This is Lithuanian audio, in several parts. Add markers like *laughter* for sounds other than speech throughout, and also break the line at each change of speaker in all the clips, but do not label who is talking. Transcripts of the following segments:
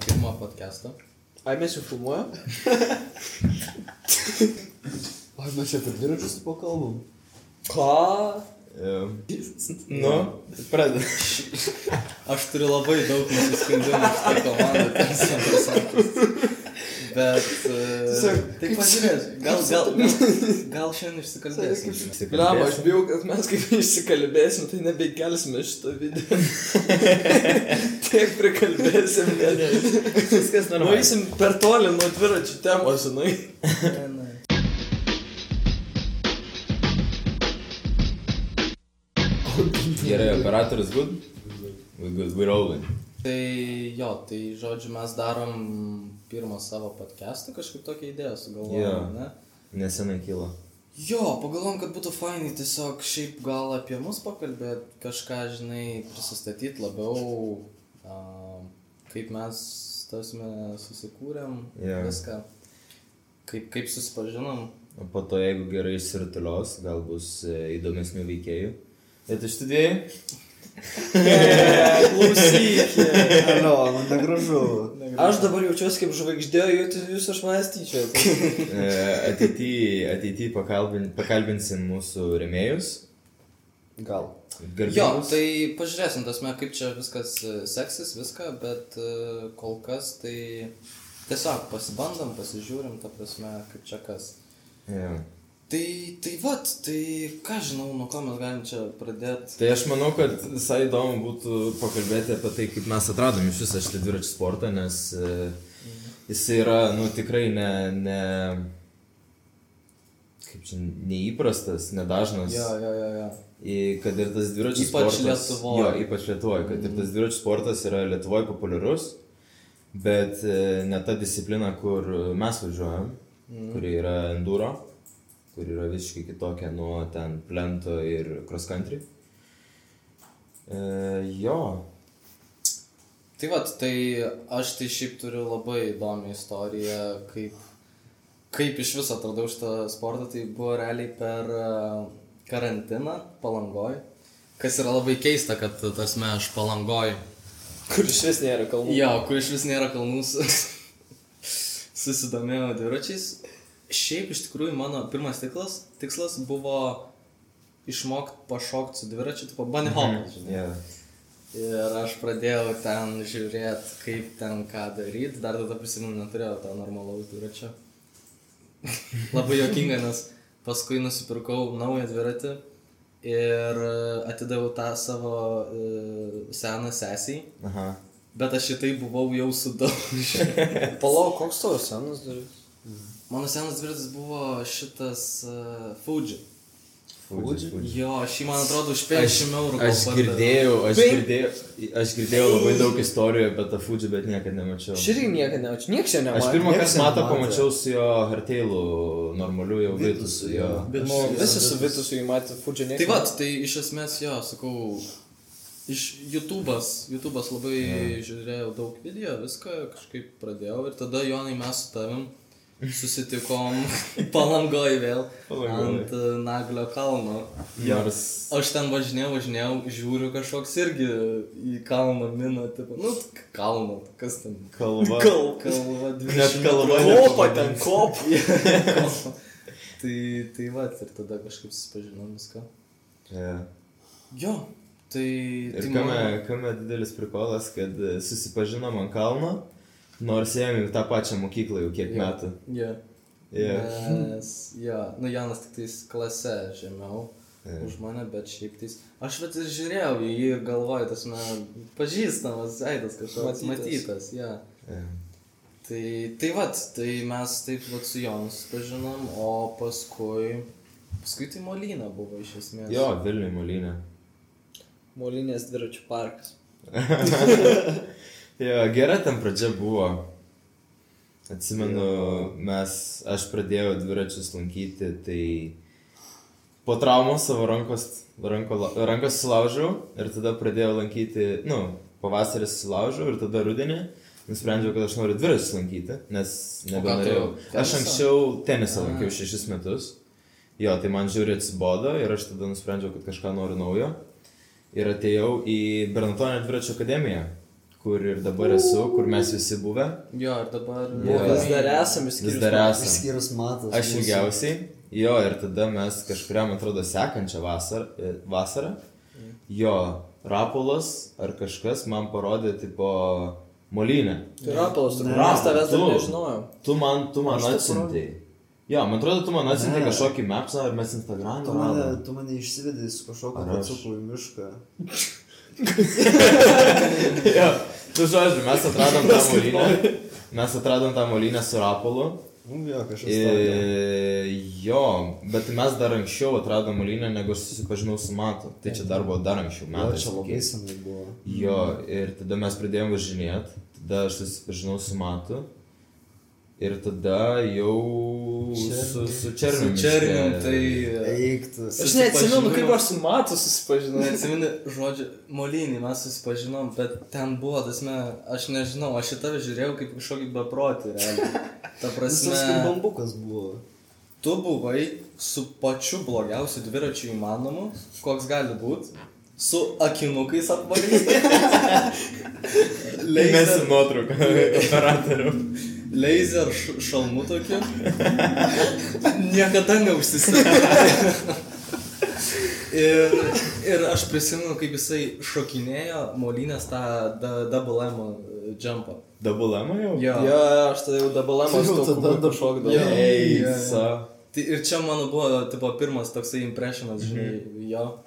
filmuoja podcastą.
Ai mes jau *laughs* filmuojam?
O mes čia apie dviračius pakalbam.
Ką?
Nu, pradedam. Aš turiu labai daug nusiskundimų iš tą komandą, tiesą sakant. Bet... Uh,
Tiesiog,
tai
kaip-
pažiūrės, gal, gal, gal, gal šiandien išsikalbėsim.
Blam, aš bijau, kad mes kaip išsikalbėsim, tai nebekelsime šito video. Tiek prikalbėsim, kad...
Viskas normaliai.
Nueisim per toli nuo dviračių temos, žinai.
Gerai, operatorius good. Good, good, we're rolling.
Tai jo, tai žodžiu, mes darom pirmą savo podcastą, kažkaip tokią idėją
Jo.
sugalvojom, ne?
Nesenai kilo.
Jo, pagalvom, kad būtų fainai tiesiog šiaip gal apie mus pakalbėti, kažką, žinai, prisistatyti labiau, a, kaip mes, tasme, susikūrėm,
Jo.
viską, kaip, kaip susipažinom.
O po to, jeigu gerai išsirutulios, gal bus e, įdomesnių veikėjų. Bet iš tų dviejų?
Klausykit.
Alio, man tai gražu.
Aš dabar jaučiuosi kaip žvaigždė, jūs, jūs aš manęs tyčiojate.
E, Ateityje ateity pakalbin, pakalbinsim mūsų remėjus.
Gal.
Jo, tai pažiūrėsim, tasme, kaip čia viskas e, seksis, viską, bet e, kol kas tai tiesiog pasibandom, pasižiūrim, ta prasme, kaip čia kas.
Jo.
Tai, tai vat, tai ką žinau, nuo ko mes galim čia pradėti.
Tai aš manau, kad visai įdomu būtų pakalbėti apie tai, kaip mes atradom iš visą šitą dviračių sportą, nes e, jis yra, nu, tikrai ne, ne, kaip čia, neįprastas, nedažnas.
Jo, jo, jo, jo.
I, kad ir tas dviračių
Ypač
sportas.
Lietuvoj. Mm-hmm.
Jo, ypač Lietuvoje, kad ir tas dviračių sportas yra Lietuvoje populiarus, bet e, ne ta disciplina, kur mes važiuojam, mm.
Mm-hmm.
kuri yra enduro, kur yra visiškai kitokia nuo ten plento ir cross country. E, jo,
Tai va, tai aš tai šiaip turiu labai įdomią istoriją, kaip, kaip iš viso atradau šitą sportą, tai buvo realiai per e, karantiną palangoj, kas yra labai keista, kad, tarsi, aš palangoj,
Kur iš vis nėra kalbų.
jo, kur iš vis nėra kalnų, su- *laughs* susidomėjau dviračiais. Šiaip iš tikrųjų mano pirmas tiklas, tikslas buvo išmokti pašokti su dviračiu, tipo bunny hop, žinai.
yeah.
Ir aš pradėjau ten žiūrėt, kaip ten ką daryti. Dar tada prisimenu, neturėjau to normalaus dviračio. *laughs* Labai jokinga, nes paskui nusipirkau naują dviratį ir e, atidaviau tą savo e, seną sesiją.
aha.
Bet aš šitai buvau jau sudaužęs.
*laughs*
Palauk, koks tavo senas dar?
Mano senas dviratis buvo šitas uh, Fuji.
Fudži, fudži.
Jo, šį man atrodo už 50 eurų. gal
Aš
pardavė.
girdėjau, aš
Bei-
girdėjau, aš girdėjau labai daug istorijų apie tą Fudži, bet niekada nemačiau.
Aš irgi niekada nejaučiu, niekas čia
Aš
nemačiau.
pirmą
niekas
kartą matą
nematė.
pamačiau su jo harteilu, normaliu jau vitus. Jo.
Bet nu, visi su Vitusu jį matė, Fudžia
Tai
niekas.
vad, tai iš esmės jo, sakau, iš YouTube'as, YouTube'as labai žiūrėjau daug video, viską kažkaip pradėjau ir tada Jonai mes su tavim
*laughs*
susitikom palangoj vėl
Palangoj.
ant e, Naglio kalno.
Nors.
Aš ten važinėjau, važinėjau, žiūriu kažkoks irgi į kalną miną, tipo, nu, k- kalną, kas ten.
Kalva.
Kal, kalva,
Net kalva
Kopa ten, kopa.
kalva. *laughs* tai, tai va, ir tada kažkaip susipažinom viską.
Ja.
Jo, tai...
Ir
tai
kame,
man-
kame didelis prikolas, kad e, susipažinom ant kalno, nors ėjome į tą pačią mokyklą jau kiek
Jo.
metų.
Jo.
Yeah.
Nes, jo, nu Janas tik tais klase žemiau yeah. už mane, bet šiaip tais. Aš vat ir žiūrėjau į jį ir galvoju, tas man pažįstamas Aidas kažkoks
Matytas.
matytas, jo.
Yeah.
Tai, tai vat, tai mes taip vat su Jonu susipažinom, o paskui, paskui tai Molina buvo iš esmės.
Jo, Vilniui Molinė.
Molinės dviračių parkas.
Jo, gera ten pradžia buvo. Atsimenu, mes, aš pradėjau dviračius lankyti, tai po traumos savo rankos, ranko, la- rankos sulaužiau ir tada pradėjau lankyti, nu, pavasarį sulaužiau ir tada rudenį nusprendžiau, kad aš noriu dviračius lankyti, nes nebenorėjau.
tu
Aš
tenisą?
anksčiau tenisą lankiau šešis metus. Jo, tai man žiūri atsibodo ir aš tada nusprendžiau, kad kažką noriu naujo. Ir atėjau į Bernatonę dviračių akademiją kur ir dabar esu, kur mes visi buvę.
Jo, ir dabar...
Jo.
Vis dar esam, išskyrus.
Vis dar esame.
Išskyrus matas.
Aš ilgiausiai. Jo, ir tada mes kažkuriam, atrodo, sekančią vasarą, vasarą. Jo, Rapolas ar kažkas man parodė, tipo, molinę.
Tai Rapolas, turbūt
Ne.
mes tavęs dar
Tu.
nežinojom.
Tu man, tu man
Aš tai
atsiuntėjai. Jo, man atrodo, tu man atsiuntėjai
Ne.
kažkokį mapsą ar mes Instagram'e.
Tu mane, tu mane išsivedai su kažkokiu
Ar aš?
pacukų į mišką.
Jo, tu žodžiu, mes atradom tą molinę. Mes atradom tą molinę su Rapolu.
Nu, jo, kažkas tokio.
E, jo, bet mes dar anksčiau atradom molinę, negu aš susipažinau su Matu. Tai čia dar buvo dar anksčiau
Man
metų.
čia labai senai buvo.
Jo, ir tada mes pradėjome važinėti, tada aš susipažinau su Matu. Ir tada jau su, su Černiumi.
Černium, tai...
Eiktas.
Aš neatsimenu,
Susipažinau.
kaip aš su Matu susipažinau.
*laughs*
Neatsimeni, Nu, žodžiu, molinį mes susipažinom, bet ten buvo, tasme, aš nežinau, aš į tave žiūrėjau kaip kažkokį beprotį, realiai. Ta
Jis toks kaip
prasme,
bambukas buvo.
tu buvai su pačiu blogiausiu dviračiu įmanomu, koks gali būti, su akinukais apvalyti.
Tai Mes
Laser, *laughs*
nuotrauką operatorių.
laser š- šalmu tokiu. Niekada neužsisėmė. Ir, ir aš prisimenu, kaip jisai šokinėjo molinės tą da- double M jumpą.
Double M jau?
Jo.
Jo, aš tada jau
*laughs*
dabalamos
Tai Jau tada
to
Jo.
šokdavau.
Ei,
Jo.
sa.
Tai ir čia mano buvo tipo, pirmas toksai impressionas, žinai,
Mhm.
mm. jo.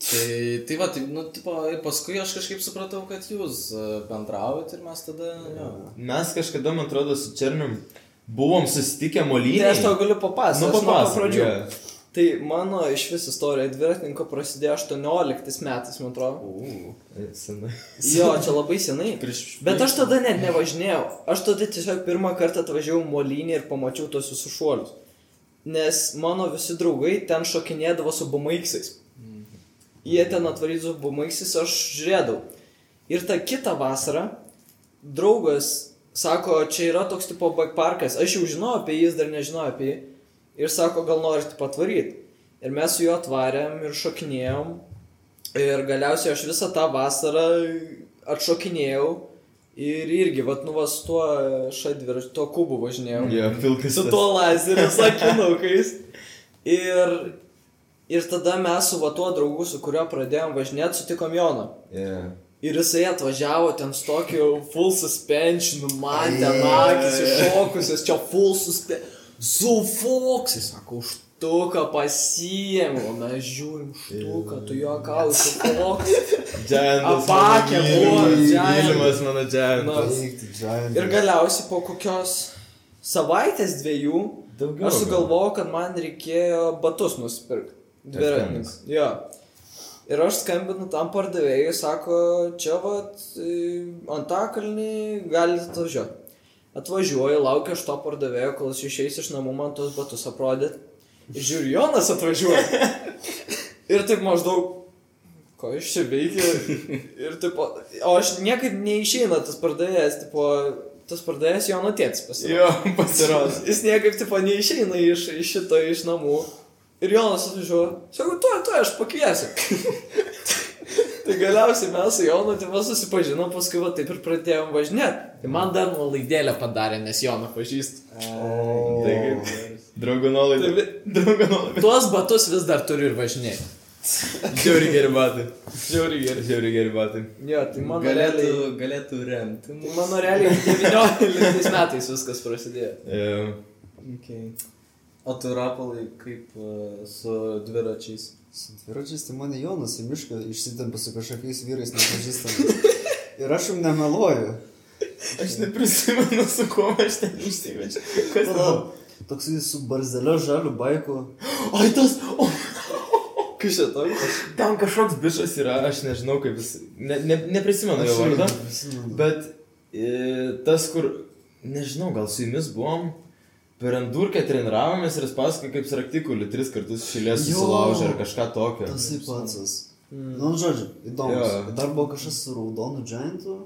Tai, tai va, tai, nu, tipo, ir paskui aš kažkaip supratau, kad jūs e, bendraujat ir mes tada, jo.
Mes kažkada, man atrodo, su Černium buvom susitikę molinę.
Tai aš tau galiu
Nu,
papasakoti.
papasakok,
pradžių.
jo.
Tai mano iš vis istorija dviratininko prasidėjo 18 metais, man atrodo.
Senai.
Jo, čia labai senai.
Prieš-
Bet aš tada net nevažinėjau. Aš tada tiesiog pirmą kartą atvažiavau į molinį ir pamačiau tos visus šuolius. Nes mano visi draugai ten šokinėdavo su bumaiksais. Jie ten atvarydavo su bumaiksais, aš žiūrėdavau. Ir tą kitą vasarą draugas sako, čia yra toks tipo backparkas. Aš jau žinojau apie jį, jis dar nežinojo apie jį. Ir sako, gal norit patvaryti. Ir mes su juo atvarėm ir šokinėjom. Ir galiausiai aš visą tą vasarą atšokinėjau ir irgi, vat, nu, va, su tuo šadviračiu, tuo kubu važinėjau.
Jo, pilkas.
Su
tas.
tuo lazeriu, sakinukais. Ir, ir tada mes su va tuo draugu, su kuriuo pradėjom važinėti, sutikom Joną.
Jo.
Ir jisai atvažiavo ten su tokiu full suspensionu, man ten akis iššokusios, čia full suspensionu. Su foksai, sako, štuką pasiėmiau, mes žiūrim štuką, tu juokausi, foksai.
Džiantas.
Apakė
mano
buvo,
mylimas,
Džiantas.
Mylimas mano
Na.
džiantas.
Eikti, Giant.
Ir galiausiai po kokios savaitės dviejų
Daugiau.
aš sugalvojau, kad man reikėjo batus nusipirkti. Dviratininkas. Jo. Ir aš skambinu tam pardavėjui, sako, čia vat, e, antakalnį galite atvažiuoti. Atvažiuoju, laukiu aš to pardavėjo, kol jis išeis iš namų man tos batus aprodyt. Žiūriu, Jonas atvažiuoja. Ir taip maždaug, ko iš čia veikia. Ir tipo, o aš niekaip neišeina tas pardavėjas, tipo, tas pardavėjas jo nutėtis pasirodė.
Jo, pasirodė.
Jis niekaip tipo neišeina iš, iš šito, iš namų. Ir Jonas atvažiuoja, sakau, tu, tu, aš pakviesiu. *laughs* tai galiausiai mes su Jonu tipo susipažinom, paskui va taip ir pradėjom važinėti. Tai man dar nuolaidėlę padarė, nes Joną
Tai
pažįstu.
O.
Taigi, Dragonolai.
Tai vi-
Dragonolai.
Tuos batus vis dar turiu ir važinėju.
Žiauri geri batai.
Žiauri gerai.
Žiauri geri batai.
Jo, tai mano
Galėtų,
realiai...
galėtų remti.
Tai mano realiai 19 metais viskas prasidėjo.
Jo.
Okay. O tu rapalai kaip e, su dviračiais?
Su dviračiais tai mane Jonas į mišką išsitempė su kažkokiais vyrais nepažįstamais. Ir aš jums nemeluoju.
Aš neprisimenu, su kuo aš ten išsivečiau. Kas buvo?
Palauk, Toksai su barzdelio žaliu baiku.
Oi, tas. O,
Kas čia toks?
ten kažkoks bišas yra, aš nežinau kaip jis. Ne, ne, neprisimenu jo vardo.
vardą.
Bet e, tas, kur, nežinau, gal su jumis buvom, per endurkę treniravomės ir jis pasakojo, kaip sraktikulį tris kartus šilės
Jo.
susilaužė ar kažką tokio.
Tasai pats. Nu, žodžiu,
Jo.
įdomu. Dar buvo kažkas su raudonu džiantu.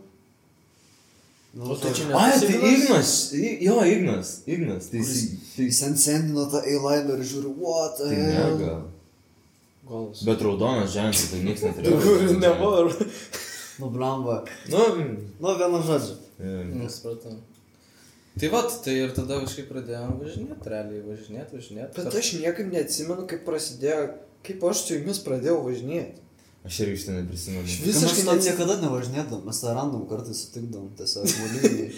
Nu,
O tai čia ne-
Ai, tai
Signas?
Ignas. I, jo, Ignas. Ignas. Tai jis. Tai
Jis
jis.
ant sendino tą eilainą ir žiūri, what the
Tai ne,
hell.
gal.
Golas.
Bet raudonas ženklas, tai niekas neturėjo.
Daugiau ir nebuvo.
Nu, blamba.
Nu, mm,
Nu, vienu žodžiu.
Mhm.
e,
Nesupratau. Tai va, tai ir tada kažkaip pradėjom važinėti, realiai važinėti, važinėti.
Bet aš niekaip neatsimenu, kaip prasidėjo, kaip aš su jumis pradėjau važinėti.
aš irgi šitą neprisimenu.
Visiškai mes
Visiškai
ten
neatsi-
niekada nevažinėdavom, mes tą random kartais sutikdavom tiesiog *laughs* molinį.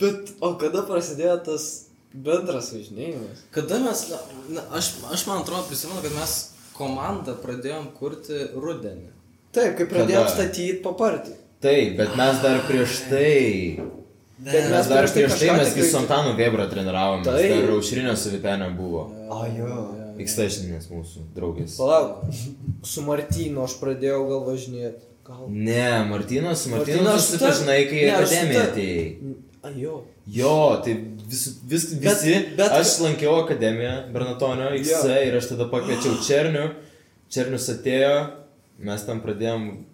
Bet o kada prasidėjo tas bendras važinėjimas?
Kada mes, na, na, aš, aš man atrodo prisimenu, kad mes komandą pradėjom kurti rudenį.
Taip, kai pradėjom
Kada?
statyti papartį.
Taip, bet mes dar prieš tai.
Bet
Mes
mes
dar
prieš tai
prieš tai
kažką
mes
tikrai-
gi su Antanu Vėbra treniravomės.
Taip.
Dar aušrinio su Vitenė buvo.
O jo.
Ikstešinės mūsų draugės.
Palauk, su Martynu aš pradėjau gal važinėti. Gal.
Ne, Martynas, su Martynu
Martynu aš su ta-
susipažinai, kai į
ne, aš su ta-
akademiją atėjai.
Ajo.
Jo, tai vis, vis, visi. Bet, bet,
bet-
aš lankiau akademiją Bernatonio X
Jo.
ir aš tada
*gasps*
pakviečiau Černių. Černius atėjo, mes tam pradėjom.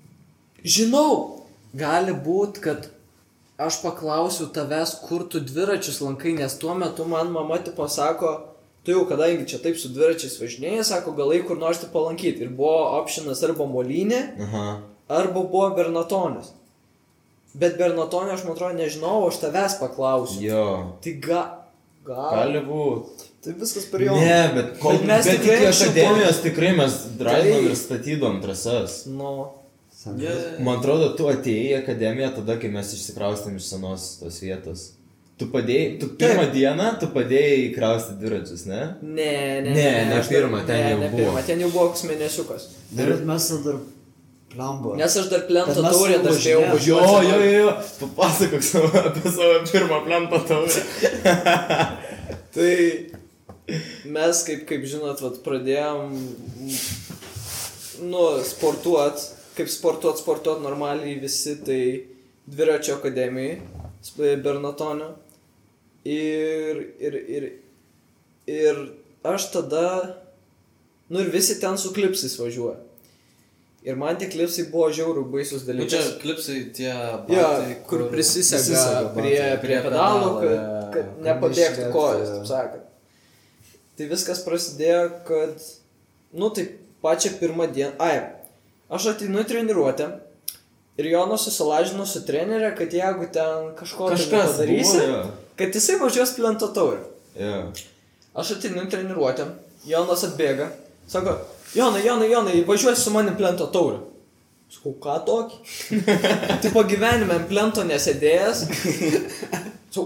Žinau, gali būt, kad aš paklausiu tavęs, kur tu dviračius lankai, nes tuo metu man mama tipo sako, tu jau kadangi čia taip su dviračiais važinėjai, sako, galai kur nors tai palankyti. Ir buvo opšinas arba molinė,
Aha.
arba buvo Bernatonis. Bet Bernatonio aš man atrodo nežinau, aš tavęs paklausiu.
Jo.
Tai ga... Gal...
Gali būti.
Tai viskas per jo.
Ne, bet kol
Bet mes tikrai
iki
anksčiau
akademijos Tai- tikrai mes drainom
Taip.
ir statydom trasas.
Nu,
Yeah.
Man atrodo, tu atėjai į akademiją tada, kai mes išsikraustėm iš senos tos vietos. Tu padėjai, tu pirmą dieną, tu padėjai įkrausti dviračius, ne?
ne, ne.
Ne, ne
aš dar-
pirmą, ten
ne,
jau
ne
buvo.
Pirmą, ten jau buvo koks mėnesiukas.
Ir mes tada dar blambo.
Nes aš dar plento
Bet mes
taurę dar spėjau
važinėjom.
Jo,
važiuoti.
jo, jo, jo. papasakok savo, apie savo pirmą plempą taurę.
Tai mes, kaip, kaip žinot, vat, pradėjom nu, sportuot, kaip sportuot, sportuot normaliai visi, tai dviračio akademijai, sp- Bernatonio. Ir, ir, ir, ir aš tada, nu ir visi ten su klipsais važiuoja. Ir man tie klipsai buvo žiaurių baisus
Nu, čia
dalykai.
klipsai tie...
Jo,
batai,
kur prisisega
prisisega
prie,
batai,
prie
prie
pedalų,
pedalo,
kad,
jo,
kad
kad
nepabėgtų
neišlėktų,
kojas,
jo.
taip sakant. Tai viskas prasidėjo, kad, nu tai pačią pirmą dieną, ai, aš ateinu į treniruotę ir Jonas susilažino su trenerė, kad jeigu ten kažko tai
Kažkas
nepadarysi,
buvo,
kad jisai važiuos plento taurę.
Jo.
Aš ateinu į treniruotę, Jonas atbėga, sako, Jonai, Jonai, Jonai, važiuosi su manim plento taurę. Sakau, ką tokį? *laughs* Tipo gyvenime ant plento nesėdėjęs. Sakau,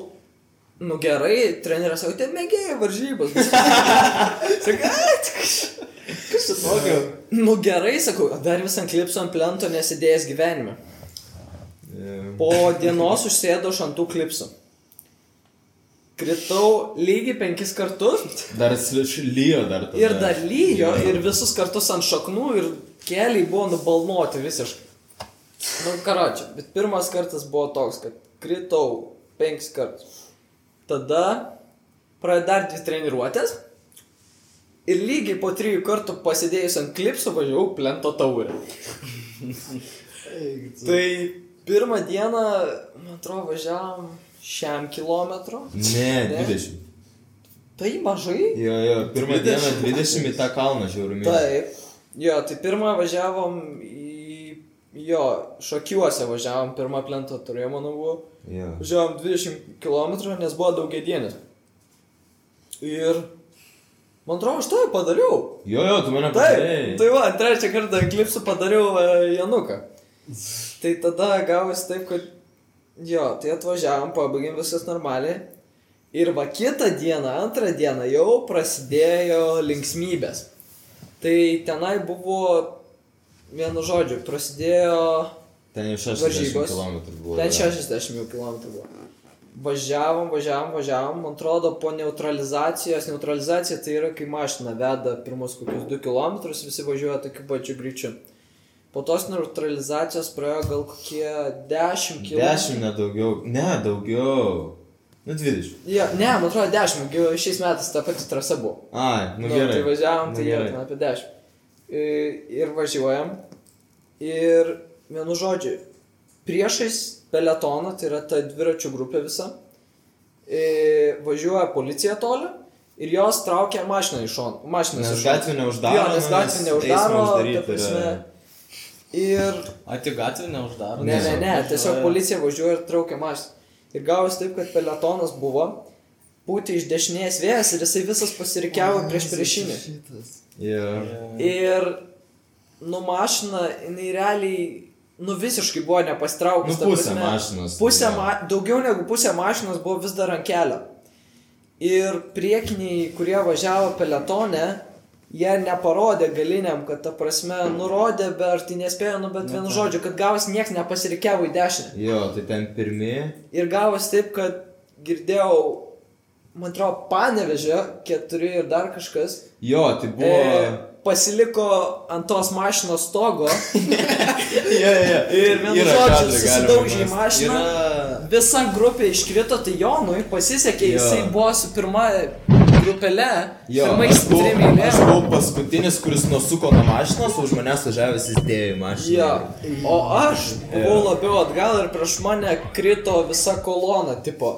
nu gerai, treneris sako, tai mėgėjai varžybos. *laughs* bus." Sakau, "Ai, tai kas- kas čia tokio? Nu gerai, sakau, dar vis ant klipsų ant plento nesėdėjęs gyvenime.
jo.
Po dienos užsėdau šantų klipsų. Kritau lygiai penkis kartus.
Dar sliš lyjo dar tada.
Ir dar lyjo, ir visus kartus ant šaknų, ir keliai buvo nubalnoti visiškai. Nu, karočią, bet pirmas kartas buvo toks, kad kritau penkis kartus. Tada praėjo dar dvi treniruotės. Ir lygiai po trijų kartų pasidėjus ant klipsų važiavau plento taurę. Tai pirmą dieną, man atrodo, važiavam šiam kilometru.
Ne,
Ne.
20.
Tai mažai.
Jo, jo, pirmą dieną 20 į tą kalną žiaurumį.
Taip. Jo, tai pirmą važiavom į... Jo, šakiuose važiavom, pirmą plentą turėjom, manau, buvo.
Jo.
Važiavom 20 km, nes buvo daugia dienis. Ir... Man atrodo, aš tai padariau.
Jo, jo, tu mane
Taip,
padarei.
tai va, trečią kartą klipsų padariau e, Januką. Tai tada gavosi taip, kad... Jo, tai atvažiavom, pabaigėm viskas normaliai. Ir va kitą dieną, antrą dieną jau prasidėjo linksmybės. Tai tenai buvo, vienu žodžiu, prasidėjo
Ten jau 60
Varžybos.
km buvo.
Ten
jo.
60 jau km buvo. Važiavom, važiavom, važiavom, man atrodo, po neutralizacijos, neutralizacija tai yra, kai mašina veda pirmus kokius 2 km, visi važiuoja tokiu pačiu greičiu. Po tos neutralizacijos praėjo gal kokie 10 km.
10 nedaugiau. Ne, daugiau. Nu, 20.
Ja, ne, man atrodo 10, gi šiais metais ta pati trasa buvo.
Ai, nu
Nu,
gerai.
Tai važiavom,
Nu
tai jau
gerai.
ten apie 10. I- Ir važiuojam. Ir vienu žodžiu, priešais peletoną, tai yra ta dviračių grupė visa, i, važiuoja policija toliau ir jos traukia mašiną iš šono. Mašiną
Nes
iš šono.
gatvė neuždaro.
Jo, nes gatvė neuždaro, ta prasme. Ir
O tik gatvė neuždaro.
Ne, ne, ne, tiesiog
Važiuoja.
policija važiuoja ir traukia mašiną. Ir gavus taip, kad peletonas buvo, pūtė iš dešinės vėjas ir jisai visas pasirikiavo prieš priešinį.
Šitas.
Yeah.
Ir nu mašina, jinai realiai, nu visiškai buvo
Nu,
nepastraukus.
pusę mašinos. tai
Pusė, ma daugiau negu pusė mašinos buvo vis dar ant kelio. Ir priekiniai, kurie važiavo peletone, jie neparodė galiniam, kad ta prasme nurodė, bet tai nespėjo, nu bet vienu žodžiu, kad gavus niekas nepasirikiavo į dešinę.
Jo, tai ten pirmie.
Ir gavos taip, kad girdėjau, man atrodo, panevežė, keturi ir dar kažkas.
Jo,
E.
tai buvo.
pasiliko ant tos mašinos
*laughs*
stogo,
Jo, jo.
E, Ir vienu
Yra
žodžiu,
kadrai, galima
susidaužė į
rast.
mašiną.
Yra...
visa grupė iškrito, tai Jonui pasisekė,
Jo.
jisai buvo su pirma grupele,
Jo,
pirmais
aš buvau-
trim
Aš
eilėm.
buvau paskutinis, kuris nusuko nuo mašinos, o už manęs važiavęs įdėjo į mašiną.
Jo. O aš buvau
Jo.
labiau atgal ir prieš mane krito visa kolona, tipo.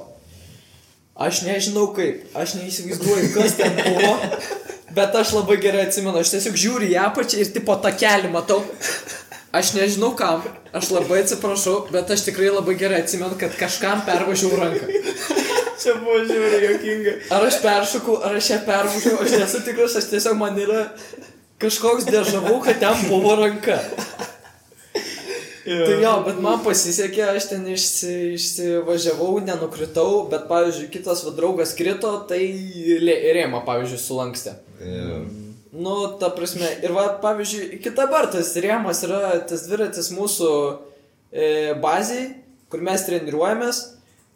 Aš nežinau kaip, aš neįsivaizduoju, kas ten buvo,
*laughs*
bet aš labai gerai atsimenu, aš tiesiog žiūriu į apačią ir tipo tą kelią matau. Aš nežinau kam, aš labai atsiprašau, bet aš tikrai labai gerai atsimenu, kad kažkam pervažiavau ranką.
*laughs* Čia buvo žiūri, jokinga.
Ar aš peršokau, ar aš ją permušiau, aš nesu tikras, aš tiesiog man yra kažkoks dėžavau, kad ten buvo ranka. Tai jo, bet man pasisekė, aš ten išsi, išsivažiavau, nenukritau, bet pavyzdžiui, kitas va draugas krito, tai lė- rėmą, pavyzdžiui, sulankstė. *laughs* Nu, ta prasme, ir va, pavyzdžiui, kita bar tas rėmas yra tas dviratis mūsų e, baziai, kur mes treniruojamės.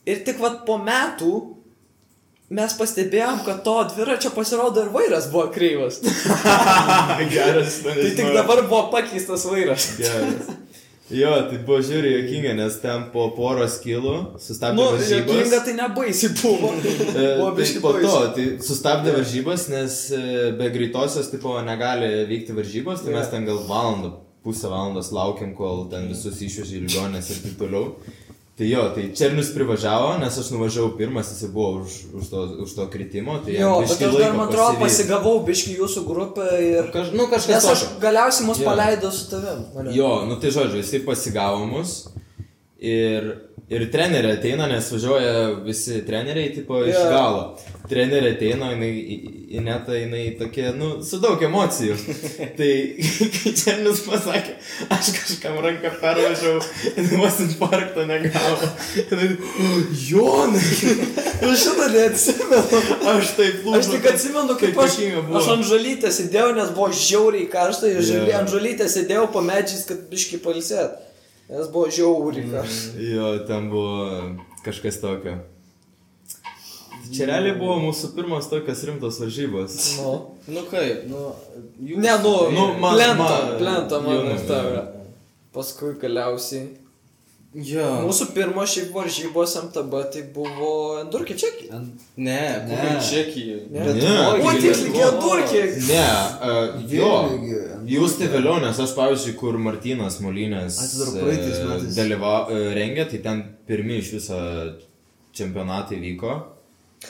Ir tik va po metų mes pastebėjom, kad to dviračio pasirodo ir vairas buvo kreivas.
Geras,
Tai tik dabar buvo pakeistas vairas.
Geras. Jo, tai buvo žiūri jokinga, nes ten po poros kilų sustabdė
Nu,
varžybas.
jokinga tai nebaisi buvo.
E,
buvo
tai
biški
po to,
baisu.
tai sustabdė varžybas, nes e, be greitosios tipo negali vykti varžybos, tai
Jo.
mes ten gal valandą, pusę valandos laukiam, kol ten visus išvežė į ligonės ir taip toliau. Tai jo, tai Černius privažiavo, nes aš nuvažiavau pirmas, jis buvo už, už, to, už to kritimo, tai
Jo, bet aš dar, man atrodo, pasigavau biški jūsų grupę ir...
Kaž, nu,
Nes
kažkas
aš
tokio.
galiausiai mus
Jo.
paleidau su tavim. Valio.
Jo, nu tai žodžiu, jisai pasigavo mus ir, ir trenerė ateina, nes važiuoja visi treneriai, tipo,
Jo.
yeah. iš galo. Trenerė ateina, jinai, i- i- neta, jinai tokia, nu, su daug
*laughs*
emocijų. tai kai Černis pasakė, aš kažkam ranką pervažiavau, jis vos infarkto negavo. Jinai, Jonai,
*laughs* Aš šitą
*laughs*
neatsimenu.
aš taip lūžau.
Aš tik atsimenu, kaip
Kaip
aš,
juokinga buvo.
aš ant žalytės sėdėjau, nes buvo žiauriai karšta ir žaly,
Jo.
ant žalytės sėdėjau po medžiais, kad biški palsėt. Nes buvo
Mm.
žiauriai karšta.
Jo, ten buvo e, kažkas tokio. Čia realiai buvo mūsų pirmas tokios rimtos varžybos.
Nu.
Nu kaip, nu. jūs-
Ne, nu, nu
Nu,
man,
man-
plenta, man,
man-
plenta man
jo,
ir
jo.
tavę. Paskui galiausiai.
Jo.
Mūsų pirmo šiaip varžybos MTB tai buvo Endurkė Čekija.
Ant-
Ne, ne.
Ne.
Čekijai.
Ne.
Ne.
O, tiksliai,
Lietuvoj.
Endurkė.
Ne, uh, jo.
Vilniuj gi.
Jūs tai vėliau, nes aš, pavyzdžiui, kur Martinas Molinės
Atsidaro praeitais
e,
metais.
dalyva, e, rengė, tai ten pirmi iš viso čempionatai vyko.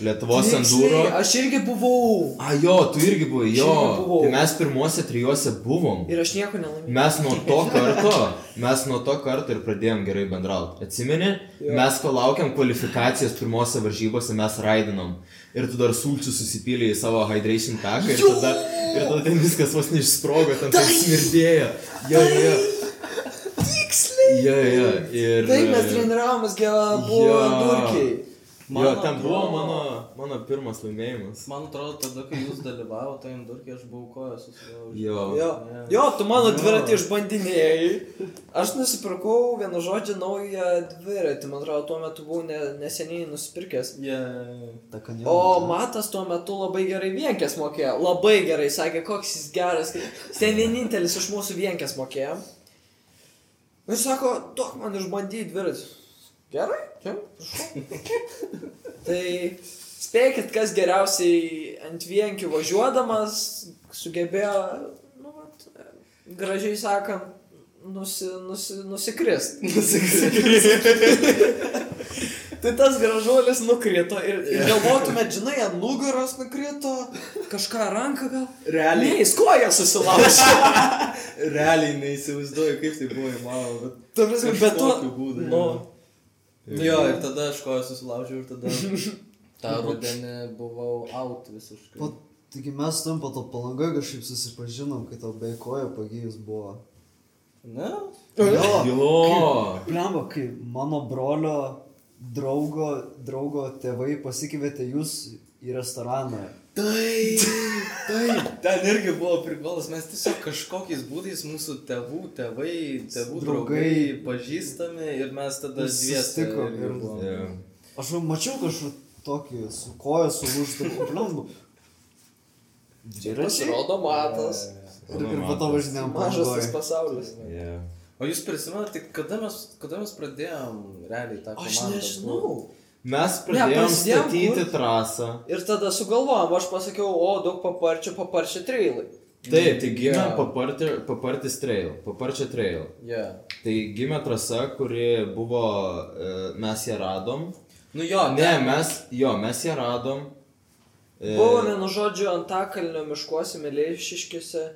Lietuvos enduro.
Aš irgi buvau.
A, jo, tu irgi buvai, jo.
irgi buvau.
Tai mes pirmuose trijuose buvom.
Ir aš nieko nelaimėjau.
Mes nuo to karto, mes nuo to karto ir pradėjom gerai bendrauti. Atsimeni,
Jo.
mes kol laukiam kvalifikacijos pirmose varžybose, mes raidinom. Ir tu dar sulčių susipylė į savo hydration paką ir tada, ir tada ten viskas vos neišsprogo, ten taip smirdėjo. Jo, jo, jo. Tiksliai. Jo, jo. Ir...
Taip, mes treniravomės, gera buvo
Jo.
Endurkiai.
Jo,
Mano
ten buvo
atrodo-
mano, mano pirmas laimėjimas.
Man atrodo, tada, kai jūs dalyvavote, tai Indurkė, aš buvau kojas susilaužęs.
Jo.
Jo,
Ne.
jo tu mano
Jo.
dviratį išbandinėjai. Aš nusipirkau vienu žodžiu naują dviratį, man atrodo, tuo metu buvau ne, neseniai nusipirkęs.
Yeah.
Ta kanjona.
O Matas tuo metu labai gerai vienkės mokėjo, labai gerai sakė, koks jis geras, kad- jis ten vienintelis iš mūsų vienkės mokėjo. Ir sako, duok man išbandyti dviratį. Gerai, čia, prašau. tai spėkit, kas geriausiai ant vienkių važiuodamas sugebėjo, nu, vat, gražiai sakant, nusi, nusi, nusikrist. Tai tas gražuolis nukrito ir,
*laughs*
ir galvotumėt, žinai, ant nugaros nukrito, kažką ranką gal.
Realiai,
Ne, jis koją
*laughs*
susilaužė.
realiai neįsivaizduoju, kaip tai buvo įmanoma, bet
Tu prasme, bet
Kažkokiu
tu...
būdu,
Nu,
Nu Jo, ir tada aš koją susilaužiau ir
*laughs*
tada tą rudenį buvau out visiškai.
Po, taigi mes tam po to palangoje kažkaip susipažinom, kai tau be kojo pagyjus buvo.
Na,
Jo,
Jo.
Blemba, kai mano brolio draugo, draugo tėvai pasikvietė jūs į restoraną.
tai, tai. *laughs* Ten irgi buvo prigolas, mes tiesiog kažkokiais būdais mūsų tėvų, tėvai, tėvų draugai,
Draugai.
pažįstami ir mes tada
Ir
dviese
susitikom ir-
buvom.
Jo.
Aš jau mačiau kažkokį tokį su koja sulūžtų blemba.
Čia pasirodo matas.
Ir, ir po to važinėjom
Mažas tas
palangoje.
pasaulis.
Jo.
O jūs prisimenate, kada mes, kada mes pradėjom realiai tą
Aš
komandą?
nežinau.
Mes pradėjom
prasidėjom
statyti
kurt.
trasą.
Ir tada sugalvojom, aš pasakiau, o daug paparčių, paparčių trailai.
Taip, tai gimė
Jo.
paparti- papartis trail, paparčia trail.
Yeah.
Tai gimė trasa, kuri buvo, e, mes ją radom.
Nu jo,
Ne, mes, jo, mes ją radom. E,
Buvome, nu žodžiu, Antakalnio miškuose, Milėšiškiuose,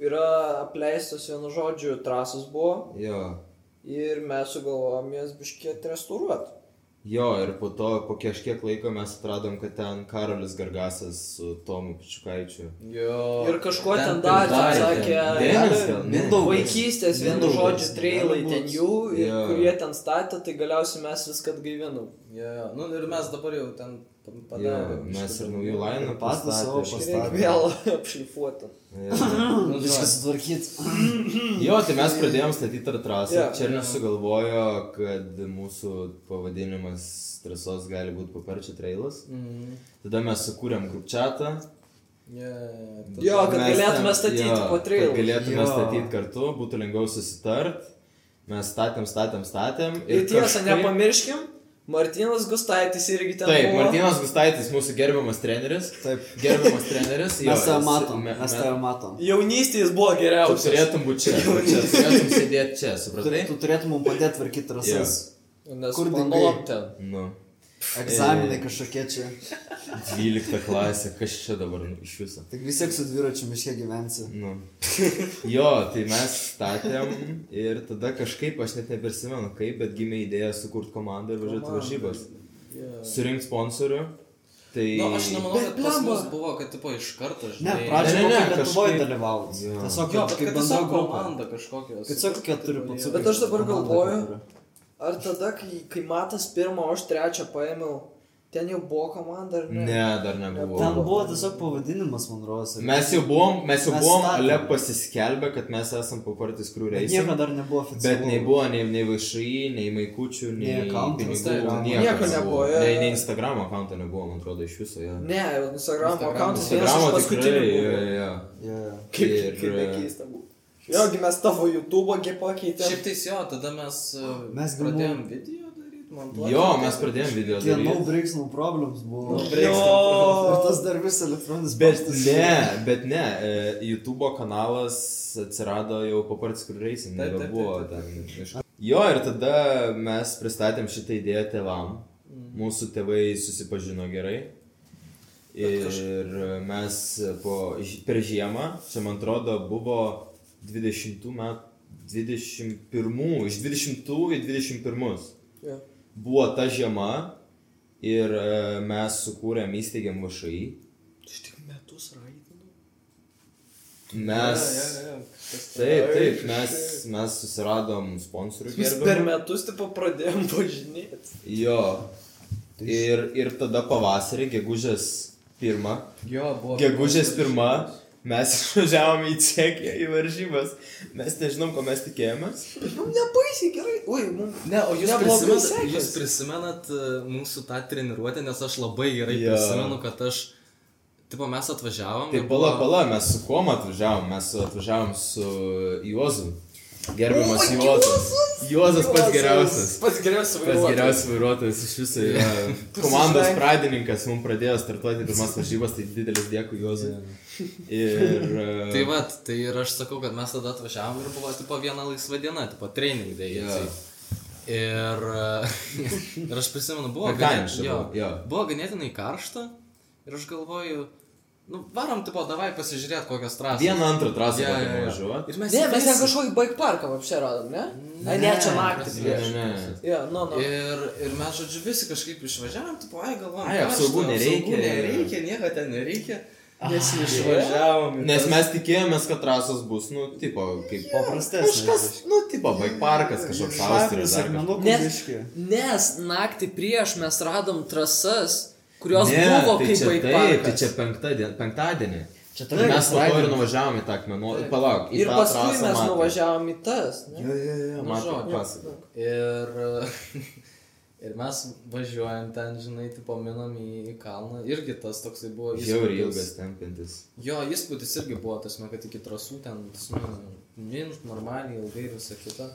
yra apleistos vienu žodžiu trasos buvo
Jo.
ir mes sugalvojom jas biškiet restauruoti.
Jo, ir po to, po kažkiek laiko mes atradom, kad ten Karolis Gargasas su Tomu Pičiukaičiu.
Jo.
Ir kažko ten
dar
darė, sakė,
Denis
gali-
gal, ne?
Vaikystės vienu
Mindaugas,
žodžiu trailai
gali būt.
ten jų ir
Jo.
kurie ten statė, tai galiausiai mes viską atgaivinom.
Jo, nu ir mes dabar jau ten pa-
Jo,
padarėm.
mes
šitą
ir naujų lainų
Ir patys savo
pastatėm.
pastatėm.
Ir
Pastatė.
vėl *laughs* apšlifuota.
Jo.
dalyką. Nu,
Viskas
žinai,
sutvarkyti.
Jo, tai mes pradėjom statyti tą trasą.
Jo.
Yeah, Černius yeah. sugalvojo, kad mūsų pavadinimas trasos gali būti paparčia trailas.
mhm.
Tada mes sukūrėm grupčiatą.
Jo, jo, jo.
Jo, kad galėtume statyti po trailus.
Galėtume
Jo.
yeah. statyti kartu, būtų lengviau susitart. Mes statėm, statėm, statėm.
Ir tiesą, nepamirškim, Martinas Gustaitis irgi ten
Taip,
buvo.
Martinas Gustaitis, mūsų gerbiamas treneris.
Taip.
Gerbiamas treneris. jo,
Mes tave
jis-
matom,
me-
mes
me-
tave matom.
Jaunystėje jis buvo
Tu
geriausias.
turėtum būti čia, tu čia, turėtum sėdėti čia,
Tu,
supratai?
tu turėtum mums padėti tvarkyti trasas.
Nes
Kur dingai?
planuojam ten.
Nu, E.
Egzaminai kažkokie čia.
12 klasė, kas čia dabar nu, iš viso?
Tik vis tiek su dviračiu miške gyvensi.
Nu. Jo, tai mes statėm ir tada kažkaip, aš net neprisimenu kaip, bet gimė idėja sukurti komandą ir važiuoti varžybas.
Jo.
Surinkti sponsorių. Tai...
Nu, aš nemanau, kad
Bet
pas mus
blemba.
buvo, kad tipo iš karto,
Ne,
žinai.
ne,
pradžioje
ne,
ne, ne, Lietuvoje
kažkaip-
dalyvaut.
Jo.
Tiesiog
Jo,
jo,
bet
kaip
kad
bendra
tiesiog
grupė.
komanda kažkokios.
Tiesiog keturi
Tipo,
pats.
jie-
Bet aš dabar galvoju- Ar tada, kai, kai matas pirmą, o aš trečią paėmiau, ten jau buvo komanda ar ne?
Ne, dar nebuvo.
Ten buvo tiesiog pavadinimas, man rodos. ir-
Mes jau buvom, mes jau
Mes
buvom
statėm.
ale pasiskelbę, kad mes esam papartis
Bet
kriūriais.
Nieko dar nebuvo oficialiai.
Bet nei buvo, nei, nei VŠI, nei Maikučių, nei
Nei akaunto
pinigų,
Instagramo.
nieko
Nieko nebuvo, jo,
Nei,
jo.
nei Instagram akonto nebuvo, man atrodo, iš viso. Ja.
Ne, Instagram
Instagramo-
akantas vienas tai iš
Instagramo
paskutinių.
tikrai.
buvo.
Jo, jo.
Jo, jo.
Kaip,
ir-
kaip nekeista buvo. Jogi mes tavo YouTube'ą pakeitėme.
Šiaip tais jo, tada mes, mes
Mes gal-
pradėjom video daryti, man atrodo.
jo, mes pradėjom video
Tie no
daryti.
breaks, no problems buvo.
Nu,
breaks, no problems.
Ir tas dar vis elektroninis
Bet
paštas.
ne, bet ne, e, YouTube kanalas atsirado jau po parts kriūriais,
Taip, taip,
nebebuvo
taip,
ten. aišku. Jo, ir tada mes pristatėm šitą idėją tėvam.
Mhm.
Mūsų tėvai susipažino gerai.
Bet
Ir mes po, ž- per žiemą, čia man atrodo, buvo 20 metų, 21, iš 20 į 21.
Jo.
Buvo ta žiema ir e, mes sukūrėm, įsteigėm VŠI.
Aš tik metus raidinau.
Mes.
Jo, jo, jo, kažkas ten.
Taip, taip, mes, mes susiradom sponsorių
Mes per
gerbimą.
metus tipo pradėjom važinėti.
Jo. Ir, ir tada pavasarį, gegužės pirmą,
Jo, buvo.
gegužės pirmą, mes *laughs* išvažiavome į Čekiją į varžybas. Mes nežinom, ko mes tikėjomės.
Mums Nu, nebaisiai gerai. Ui, mums.
Ne, o jūs
Neblogai
prisimenat,
sekėsi.
jūs prisimenat e, mūsų tą treniruotę, nes aš labai gerai
Jo.
yeah. prisimenu, kad aš, tipo, mes atvažiavom.
Tai
ir
pala,
buvo-
pala, mes su kuo atvažiavom? Mes su- atvažiavom su Juozu. Gerbiamas Juozas. Juozas pats geriausias.
Pats geriausias
Pats
vairuotojas.
geriausias vairuotojas iš viso yra komandos pradininkas, mums pradėjo startuoti pirmas varžybas, tai didelis dėkui Juozui. Ir... e,
Tai va, tai ir aš sakau, kad mes tada atvažiavom ir buvo, tipo, viena laisva diena, tipo, training day.
Jo.
Yeah. Ir, e, *laughs* ir aš prisimenu, buvo,
Penktadienis čia
ganė- jo,
buvo, jo.
buvo ganėtinai karšta ir aš galvoju, nu varom, tipo, davai pasižiūrėti kokias trasos.
Vieną antrą trasą
Jo, jo,
galima
jo.
važiuoti.
Ir mes
Ne, mes ten
įtaisom.
kažkokį bike parką apšė radom, ne? Ne, ne čia
Ne,
naktį
Ne,
prieš.
ne.
Jo, nu, nu.
Ir, ir mes, žodžiu, visi kažkaip išvažiavam, tipo, ai, galvom,
Ai, apsaugų nereikia.
nereikia, nieko ten nereikia, nes išvažiavom. į
Nes
tas-
mes tikėjomės, kad trasas bus, nu, tipo, kaip
Paprastesnis.
Kažkas, nu, tipo, bike parkas, kažkoks Austrijos.
Šaknis
dar
ir
kažkas.
manau,
Nes-
kad biški.
Nes naktį prieš mes radom trasas, kurios
Ne,
buvo
tai
kaip
čia
bike
Taip, tai
parkas.
čia penktadienį. penktadienį.
Čia
Ir mes po to ir nuvažiavom į tą akmenų. Palauk, į
Ir
tą
paskui
trasą
mes
matėm.
nuvažiavom į tas. ne?
Jo, jo, jo.
Nu, žodžiu.
Matai,
Ir, *laughs* ir mes važiuojam ten, žinai, tipo, minam į, į kalną. Irgi tas toksai buvo.
Jau ir
įspūdis.
ilgas tempintis.
Jo, įspūdis irgi buvo, tas, kad iki trasų ten, tas, nu, mint, normaliai, ilgai ir visa kita.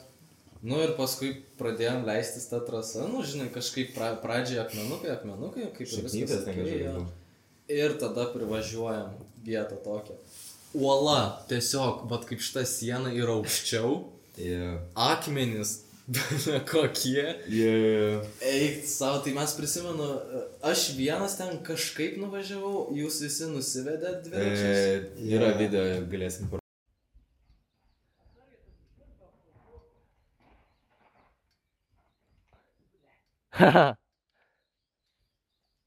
Nu ir paskui pradėjom leistis tą trasą, nu, žinai, kažkaip pra, pradžioje akmenukai, akmenukai, kaip ir
Šaknytės
viskas.
ten
okei, jo.
kažkaip.
Ir tada privažiuojam vietą tokią. Uola, tiesiog, vad kaip šita siena yra aukščiau,
Yeah.
akmenys, *laughs* bene kokie.
Yeah.
Eik savo, tai mes prisimenu, aš vienas ten kažkaip nuvažiavau, jūs visi nusivedėt dviračius.
E, yra
Jo.
video, galėsim parodyti.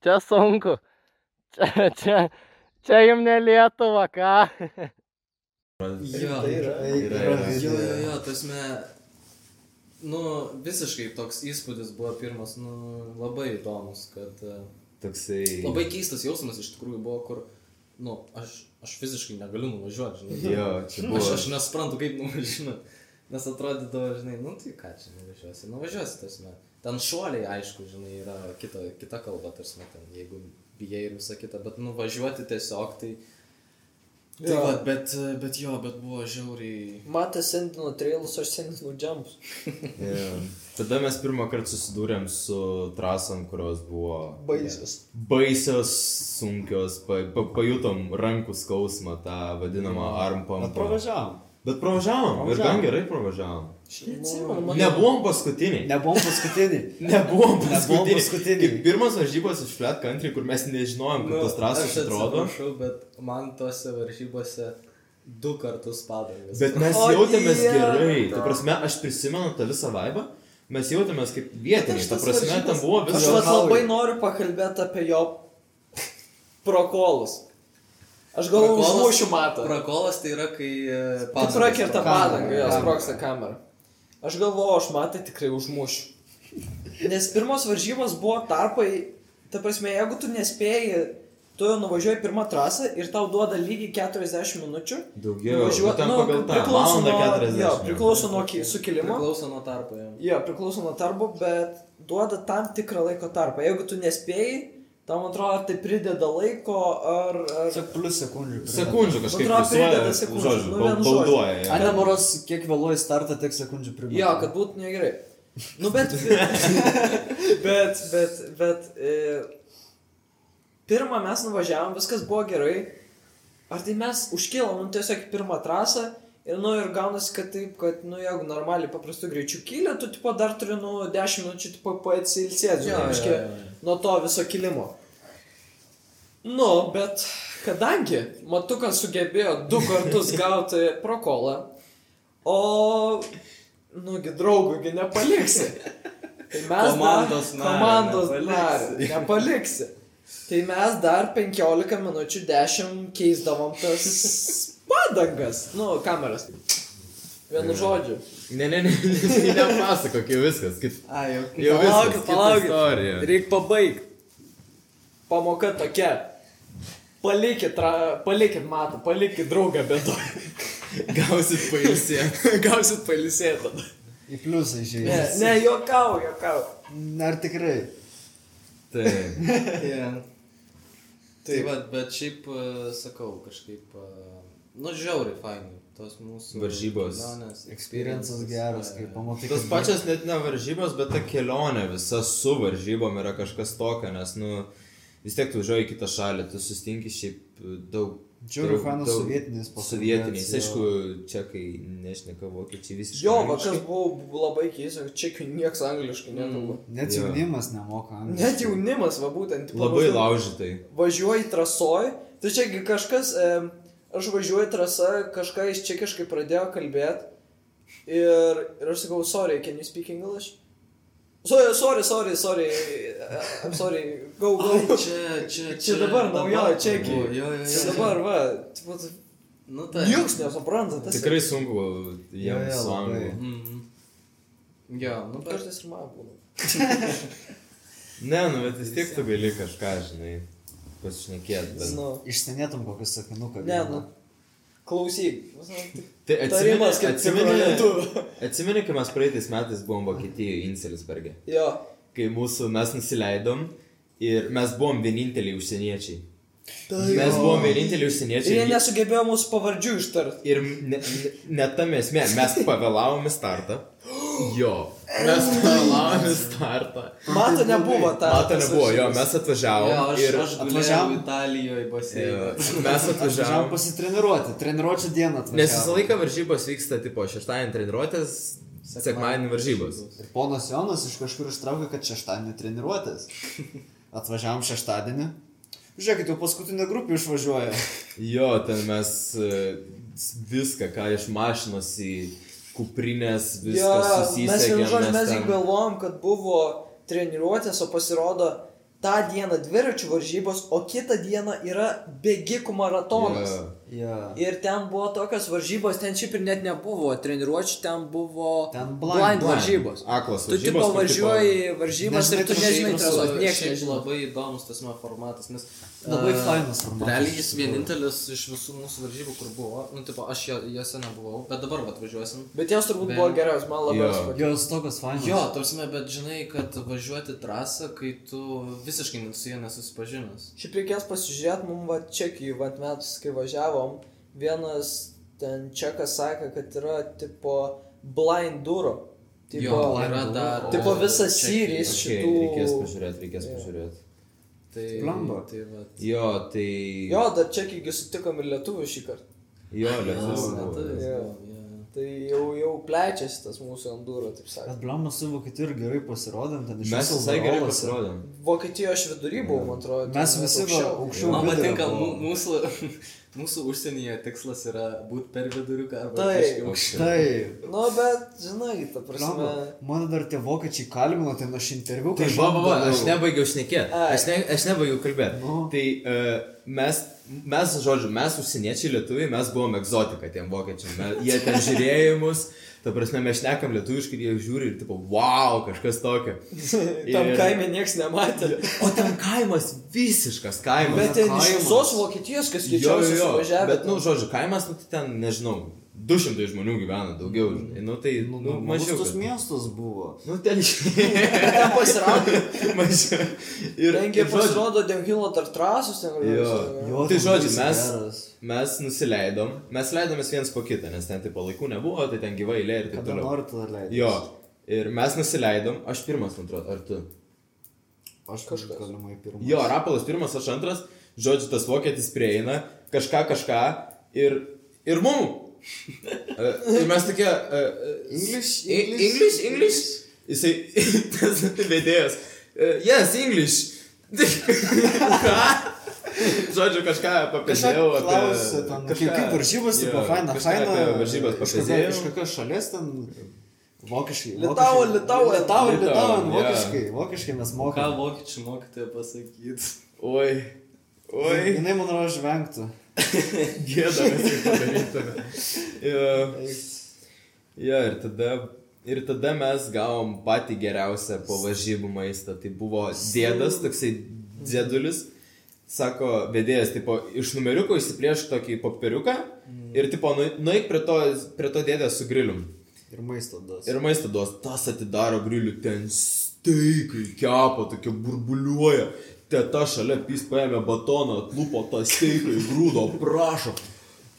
Čia sunku. Čia, čia, čia jums ne Lietuva, ką?
Jo,
Tai yra, ei,
Yra,
yra
yra.
jo, jo,
video.
jo, tasme, nu, visiškai toks įspūdis buvo pirmas, nu, labai įdomus, kad e,
Toksai.
labai keistas jausmas iš tikrųjų buvo, kur, nu, aš, aš fiziškai negaliu nuvažiuoti, žinai.
Jo,
*laughs*
čia
Aš,
buvo.
aš nesuprantu, kaip nuvažiuoti, nes atrodydavo, žinai, nu, tai ką čia nuvažiuosi, nuvažiuosi, tasme. Ten šuoliai, aišku, žinai, yra kita, kita kalba, tasme, ten, jeigu bijai ir visa kita, bet nuvažiuoti tiesiog, tai... Tai
Jo.
va, bet, e, bet jo, bet buvo žiauriai
Matė sendinu trailus, aš sendinu džempus.
Jo. Tada mes pirmą kartą susidūrėm su trasom, kurios buvo
Baisus.
baisios, sunkios, pa, pa, pajutom rankų skausmą, tą vadinamą
Bet
armpampą.
pravažiavom.
Bet pravažiavom, ir
Pravažiavom.
gan gerai pravažiavom.
Neatsimenu, man
Nebuvom paskutiniai.
Nebuvom paskutiniai.
Nebuvom
Nebuvom
paskutiniai.
paskutiniai.
Kaip pirmas varžybos iš Flat Country, kur mes nežinojom, kaip tos trasos atrodo.
Nu, Aš atsiprašau, bet man tose varžybose du kartus padavė.
Bet mes
O,
jautėmės
dieve.
gerai. Ta prasme, aš prisimenu tą visą vaibą. Mes jautėmės kaip vietiniai. Ta
tas
prasme, ten
varžybas-
buvo
Aš
viskas.
vat labai noriu pakalbėti apie jo prokolus. Aš galvoju, už mūšių matą.
Prakolas tai yra, kai
Pats prakerta padangą, jos
kamera.
sproksta kamera. Aš galvoju, aš matą tikrai užmušiu. Nes pirmos varžybos buvo tarpai, ta prasme, jeigu tu nespėjai, tu nuvažiuoji pirmą trasą ir tau duoda lygiai 40 minučių.
Daugiau.
Nuvažiuot-
Važiuot, ten
nu,
pagal tą
priklauso
valandą
nuo-
40.
Jo, priklauso nuo ki- sukilimo.
Tai Priklauso nuo tarpo. jo.
Jo, priklauso nuo tarpo, bet duoda tam tikrą laiko tarpą. Jeigu tu nespėjai, tam atrodo, ar tai prideda laiko, ar... ar...
Čia plus sekundžių. prideda.
Sekundžių kažkaip
atrodo, prideda
fiksuoja,
sekundžių,
žodžiu,
nu,
bau-
vienu žodžiu.
bauduoja.
A,
jo.
ne, moros, kiek vėluoji startą, tiek sekundžių primeta.
Jo, kad būtų negerai. Nu, bet... bet, bet, bet... E... Pirmą mes nuvažiavom, viskas buvo gerai. Ar tai mes užkilom, nu, tiesiog į pirmą trasą. Ir, nu, ir gaunasi, kad taip, kad, nu, jeigu normaliai paprastu greičiu kyli, tu, tipo, dar turi, nu, 10 minučių, tipo, paatsilsėti, žinai,
Tai Reiškia,
kažkiek.
*laughs*
nuo to viso kilimo. Nu, bet kadangi Matukas sugebėjo du
*laughs*
kartus gauti prokolą, o, nugi, draugųgi nepaliksi. Tai mes
Komandos
dar,
nario
komandos
nepaliksi.
nario nepaliksi. Tai mes dar 15 minučių 10 keisdavom
*laughs*
tas padangas, nu, kameras. Vienu žodžiu.
Ne, ne, ne, ne, nepasakok, jau viskas. Kit...
Ai, jau.
Jau
Palaukit,
viskas.
palaukit.
Istorija.
Reikia pabaigti. Pamoka tokia. Palikit, ra- palikit matą, palikit draugą bėdo.
Gausit pailsėti.
*laughs* Gausit palisėtą.
Į pliusą
Ne,
išėjai.
ne, jokau, jokau.
Ar tikrai?
Taip.
Yeah. Tai va, bet šiaip e, sakau, kažkaip, e, nu, žiauriai fainai. Tos mūsų
Varžybos.
kelionės,
Experiences geras,
e,
kaip pamatai.
Tos
kad-
pačios net ne varžybos, bet ta kelionė visa su varžybom yra kažkas tokio, nes, nu, vis tiek tu važiuoji į kitą šalį, tu sustinki šiaip daug
Džiūriu
Daug-
fanas
daug-
sovietiniais
Sovietiniais, aišku, čekai nešneka vokiečiai visiškai.
Jo, va,
angliškai.
kas buvo buvo labai keista, kad čekių niekas angliškai nekalba.
Net
Jo.
jaunimas nemoka
Net jaunimas, va būtent. tipo,
Mm. Labai
maždaug
laužytai.
Važiuoji trasoj, tai čiagi kažkas, e, aš važiuoju trasą, kažką iš čekiškai pradėjo kalbėti. Ir, ir aš sakau, sorry, can you speak English? Sorry, sorry, sorry, sorry, eh, I'm sorry,
*laughs*
go, go.
Čia, čia,
Čia dabar naujoji Čekija.
buvo, Jo, jo,
Čia
jo.
dabar, va, tipo, tu-
Nu tai.
nieks nesupranta, tas
Tikrai sunku jam
Jo, jo,
su
labai.
anglų.
Mm. Jo, nu bet.
Kartais ir man būna.
Ne, nu, bet vis tiek tu gali kažką, žinai, pasišnekėti. Bet...
Žinau.
Išsinėtum kokį
Ne,
sakinuką. vieną.
nu. Klausyk.
Tai atsimeni,
Tarimas kaip
atsimeni,
suprantu.
atsimeni, kai mes praeitais metais buvom Vokietijoje, Inselsberge.
Jo.
Kai mūsų, mes nusileidom ir mes buvom vieninteliai užsieniečiai. Mes buvom vieninteliai
Ir jie
užsieniečiai.
nesugebėjo mūsų pavardžių ištart.
Ir ne, ne, ne tam esmė, mes pavėlavome startą. Jo, mes pavėlavome startą.
Mato nebuvo ta.
Mato
tas
nebuvo, jo,
varžybas.
mes
Jo,
atvažiavom
aš,
ir...
aš atvažiavau
atvažiavom-
Italijoje
Jo,
baseiną.
Mes
Atvažiavom
atvažiavom
pasitreniruoti, treniruočio dieną atvažiavom.
Nes visą laiką varžybos vyksta, tipo, šeštadienį treniruotės, sekmadienį varžybos.
Ir ponas Jonas iš kažkur ištraukė, kad šeštadienį treniruotės.
*laughs*
Atvažiavom šeštadienį. Žiūrėkit, jau paskutinė grupė išvažiuoja.
Jo, ten mes e, viską, ką iš mašinos į kuprinės,
Jo,
viską
mes vienu žodžiu, mes tik
susisiekėme.
galvojom, kad buvo treniruotės, o pasirodo tą dieną dviračių varžybos, o kitą dieną yra bėgikų maratonas.
Ja.
Ir ten buvo tokios varžybos, ten šiaip ir net nebuvo treniruotčių, ten buvo
Ten blind-
blind
blind.
varžybos.
Aklas
Tu tipo
varžybos. kur,
važiuoji varžybas ir
nežinai
tu
trasos,
nežinai
trasos,
trasos, niekas
Šiaip
nežino.
labai įdomus tas mano formatas, nes... e,
Labai fainas formatas,
Realiai
iš
jis
tikrųjų.
vienintelis iš visų mūsų varžybų, kur buvo. Nu, tipo, aš jo- jose nebuvau, bet dabar atvažiuosim.
Bet jos turbūt
Bet-
buvo geriausios, man
Jo.
labiausiai.
Jos tokios fainos.
Jo, tarsime, bet žinai, kad važiuoti trasą, kai tu visiškai net su ja nesusipažinęs.
Šiaip reikės pasižiūrėti, mum va čekijų, va metus, kai važiavom, vienas ten čekas sakė, kad yra tipo blind durų. Tipo,
jo,
blind
yra
buvo.
dar. e,
Tipo, visas
Čekijoj.
series.
Okay,
šitų-
Reikės pažiūrėti, reikės
Jo.
pažiūrėti.
Tai,
Blemba.
tai va.
Jo, tai...
jo, dar čekijų sutikom ir lietuvių šį kartą.
jo lietuvis. buvo.
Lietuvis
Jo.
buvo, jo.
Tai jau, jau plečiasi tas mūsų enduro, taip sakant.
Bet blammas su Vokietiju ir gerai pasirodėm, ten iš
Mes
viso
visai gerai
varžovas.
pasirodėm.
Vokietijos vidury buvau, man atrodo. ten
Mes
net
visi va, aukščiau.
Man
vidurio
patinka,
buvo.
mū- mūsų, mūsų *laughs* užsienyje tikslas yra būti per viduriuką arba
Taip.
kažkaip aukščiau.
Taip.
Nu, bet, žinai, ta prasme.
Blemba, Mane dar tie vokiečiai kalbino, ten aš interviu
Tai va, va, va, aš nebaigiau šnekėti.
Ai.
Aš, ne, aš nebaigiau kalbėti.
Nu.
Tai uh, mes, mes, žodžiu, mes užsieniečiai lietuviai, mes buvom egzotika tiem vokiečiam. Me- Jie ten žiūrėjo į mus, ta prasme, mes šnekam lietuviškai, ir jie žiūri ir tipo, wow, kažkas tokio.
Tam kaime niekas nematė.
O ten kaimas, visiškas kaimas.
Bet ten iš
kaimas.
visos Vokietijos, kas
jo, jo,
greičiausiai
jo.
suvažiavo.
Bet, nu, žodžiu, kaimas, nu, tai ten, nežinau, 200 žmonių gyvena, daugiau, žinai. Nu, tai, nu, nu, mažiau.
Mažus
kad-
miestus buvo.
Nu, ten *laughs*
ten pasirašė.
mažiau. Ir,
Rengi
žodžiu,
pasirodo Denghilo tarp trasus, ten kažkas.
Jo,
Tai
ten
žodžiu,
jis
mes-
geras.
Mes nusileidom, mes leidomės viens po kitą, nes ten tipo laikų nebuvo, tai ten gyva eilė ir taip
Kada
toliau.
nori tada leisti.
Jo, ir mes nusileidom, aš pirmas, man atrodo, ar tu?
Aš
Kažkas.
kažkaip galimai pirmas.
Jo, Rapolas pirmas, aš antras, žodžiu, tas vokietis prieina, kažką, kažką ir, ir mum. E, Ir mes tokie... e, e,
English,
e-
English,
English, English. Jisai, *laughs* tas vedėjas. e, Yes, English. *laughs* Ką? Žodžiu, kažką papėdėjau
Kažkaip
apie...
klausė ten, kaip, kaip varžybos,
jo,
tipo, faina,
kažką
faina.
apie Varžybos
iš kokio-
papėdėjau.
Iš kokios šalies ten vokiškai.
Litau, litau,
litau,
litau,
litau,
jo.
vokiškai, vokiškai mes
Ką
mokame.
vokiečių mokytoja pasakyti?
Oi. Oi.
Jinai, man atrodo, žvengtų.
*laughs* gėdą mes jau padarytume. Jo. Jo, ir tada, ir tada mes gavom patį geriausią po varžybų maistą. Tai buvo dėdas, toksai dėdulis. Sako, vedėjas, tipo, iš numeriuko įsiplėš tokį popieriuką ir, tipo, nu- nueik prie to, prie to dėdės su grilium.
Ir maisto duos.
Ir maistą duos, tas atidaro grilių, ten steikai kepa, tokia burbuliuoja. Teta šalia pys paėmė batoną, atlupo tą steiką į grūdo, prašo.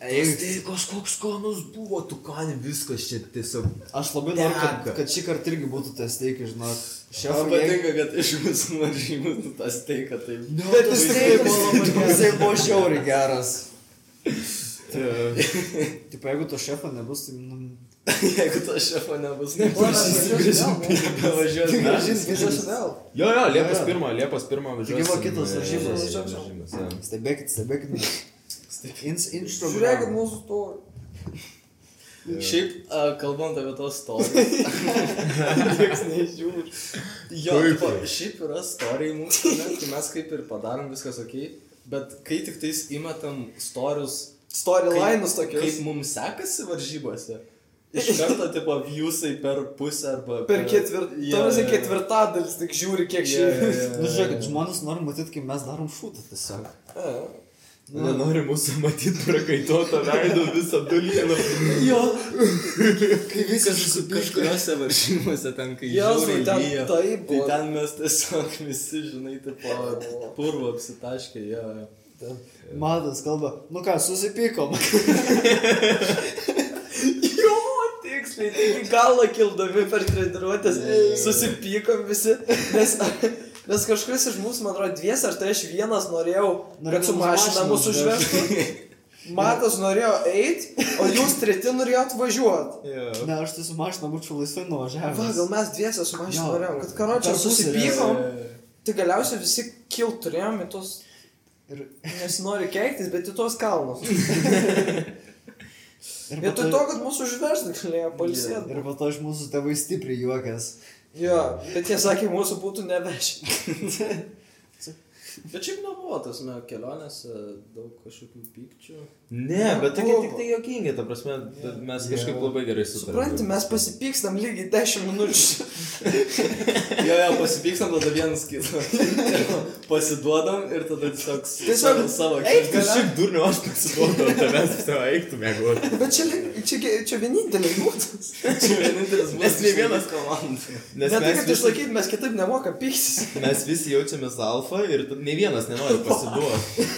Eik, steikos koks skonus buvo, tu ką, viskas čia tiesiog.
Aš labai noriu, kad,
Teka.
kad šį kartą irgi būtų tas teikai, žinok.
Man
Šefai, jeigu-
patinka, kad iš mūsų varžybų tu tą steiką taip. *laughs*
Nu, bet jis tikrai
steikas
*laughs*
buvo, jisai buvo žiauriai geras. Taip, jeigu to šefo nebus, tai... Nu,
Jeigu to šefo nebus, tai
Važiuoju.
Grąžins
Grįžęs vėl.
Jo, jo, Liepos
jo.
1, Liepos 1 važiuosim.
buvo kitos varžybos.
į- į varžybas, jo.
stebėkit, stebėkit. Ins- Instagram.
Žiūrėkit mūsų to.
*laughs* Šiaip, a, kalbant apie tos storijas. Niekas nežiūri. Jo,
Puiku.
tipo, šiaip yra storija mūsų, ne, tai mes kaip ir padarom viskas ok, bet kai tik tais įmetam storius,
Storyline'us
kaip
tokius.
mums sekasi varžybose,
*laughs*
iš karto tipo viewsai per pusę arba
Per ketvirt...
Jo,
Tavas
jo, jo.
ketvirtadalis tik žiūri, kiek
Jo, jo,
šiaip.
jo,
Nu, žiūrėkit,
jo.
žmonės nori matyti, kaip mes darom šūdą tiesiog.
Nu, Nenori mūsų matyti prakaituotą veidą visą dulkiną.
*laughs* Jo,
Kai viskas kažkuriuose
*laughs*
varžybose ten, kai
jos
žiauriai
ten
lyja,
taip
Tai
buvo.
ten mes tiesiog visi, žinai, tipo, purvo apsitaškė, jo. jo.
Matas kalba, nu ką, susipykom.
Jo, tiksliai, tai iki galo kildami per treniruotės susipykom visi, nes, nes kažkuris iš mūsų, man atrodo, dvies ar tai aš vienas norėjau,
Norėjau
kad su mašina
mašiną
mūsų užvežtų. Matas norėjo eiti, o jūs treti norėjot važiuoti.
Ne, aš tai su mašina būčiau laisvai
Va,
nuvažiavęs.
gal mes dviesę su mašina
Jo.
norėjom, kad karočią
Tarpusavy.
susipykom, tai galiausiai visi kilt turėjom į tos,
Ir,
nesinori keiktis, bet į tos
*laughs*
kalnus.
ir, po
Vietoj to, kad mūsų užvežtų, galėjo
to,
palsėti.
ir po to iš mūsų tėvai stipriai juokės.
Jo, bet jie sakė, mūsų būtų nevežę.
Bet šiaip nebuvo tas, na, kelionėse daug kažkokių
*laughs*
pykčių.
Ne, bet tai
Buvo.
tik tai jokingi, ta prasme, bet mes kažkaip labai gerai sutarėme.
Supranti, mes pasipykstam lygiai 10 minučių.
*laughs*
Jo, jo, pasipykstam tada vienas kitą. *laughs* Pasiduodam ir tada tiesiog su-
Tiesiog
savo- savo
eik
keliu.
Tai šiaip durniu aš pasiduodu, o tavęs savo eiktų mėgoti.
Bet čia, lyg- čia, gi- čia vienintelis būdas.
Čia vienintelis
Nes
bus
nei vienas
komanda.
Ne
Nes
tai,
mes
kad
visi,
išlaikyti, mes kitaip nemokam pyktis.
mes visi jaučiamės alfa ir tu- nei vienas nenori pasiduoti.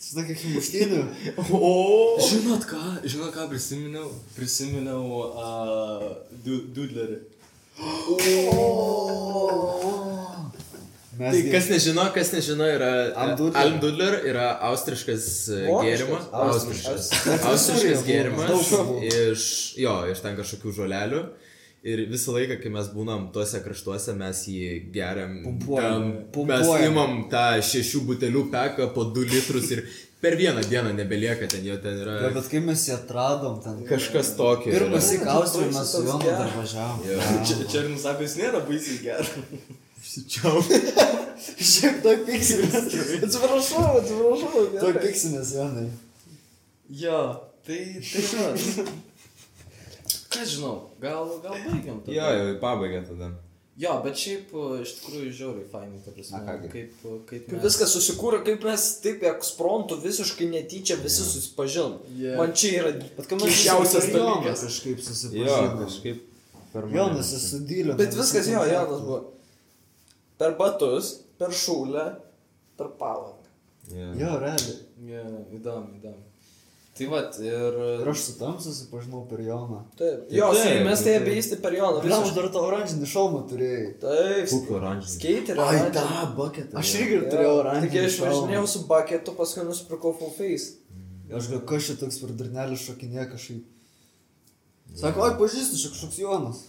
Susitak, kiek muštynių.
O,
Žinot ką, žinot ką prisiminiau? Prisiminiau uh, Dudlerį.
Mes
Tai
gi-
kas nežino, kas nežino, yra
Almdudler.
Almdudler, yra austriškas e, gėrimas.
Austriškas.
Austriškas.
Austrija
Austriškas
buvo.
gėrimas
Daug buvo.
iš, jo, iš ten kažkokių žolelių. Ir visą laiką, kai mes būnam tuose kraštuose, mes jį geriam.
Pumpuojam.
ten- Mes
Pumpuojam.
imam tą šešių butelių peką po du litrus ir per vieną dieną nebelieka ten, jo ten
Jo,
yra
Bet kaip mes jį atradom ten.
kažkas tokio. yra.
Pirmas į Austriją mes su
Toks
juo
geras.
dar važiavom.
Jo.
Čia, čia ir mums sako, jis nėra baisiai geras.
*laughs* Šiaip to piksimės.
Atsiprašau, atsiprašau.
To
gerai.
piksimės, Jonai.
Jo, tai
*laughs*
tai va. Ką žinau, gal, gal baigiam tada.
Jo, jau pabaiga tada.
Jo, bet šiaip e, iš tikrųjų žiauriai fainai, ta prasme,
Na kągi.
kaip, e, kaip
Kaip viskas susikūrė, kaip mes taip eksprontų visiškai netyčia visi susipažinom.
Jo.
Man čia yra
Bet kam
keisčiausias
Jonas
dalykas.
kažkaip
Jo,
susipažino.
kažkaip. per mane.
Jonas susidylė.
Bet viskas jo, Janas buvo. Per batus, per šūlę, per palangą.
Jo.
Jo, realiai.
Ja, įdomu, įdomu. Tai va, ir...
Ir aš su tam susipažinau per Joną.
Taip. Jo,
Taip,
su jumis mes tai
taip.
abiejai per Joną.
Gal aš
visiškai.
dar tą oranžinį šalmą turėjai.
Taip.
Puku oranžinį.
Skaiterio.
bucketą. Aš irgi
Jo,
turėjau
Taigi
oranžinį
aš
šalmą.
važinėjau su baketu, paskui nusipirkau full face.
Aš gal kas čia toks per durnelį šokinė kažkaip. Sako, oi, pažįstu, čia kažkoks Jonas.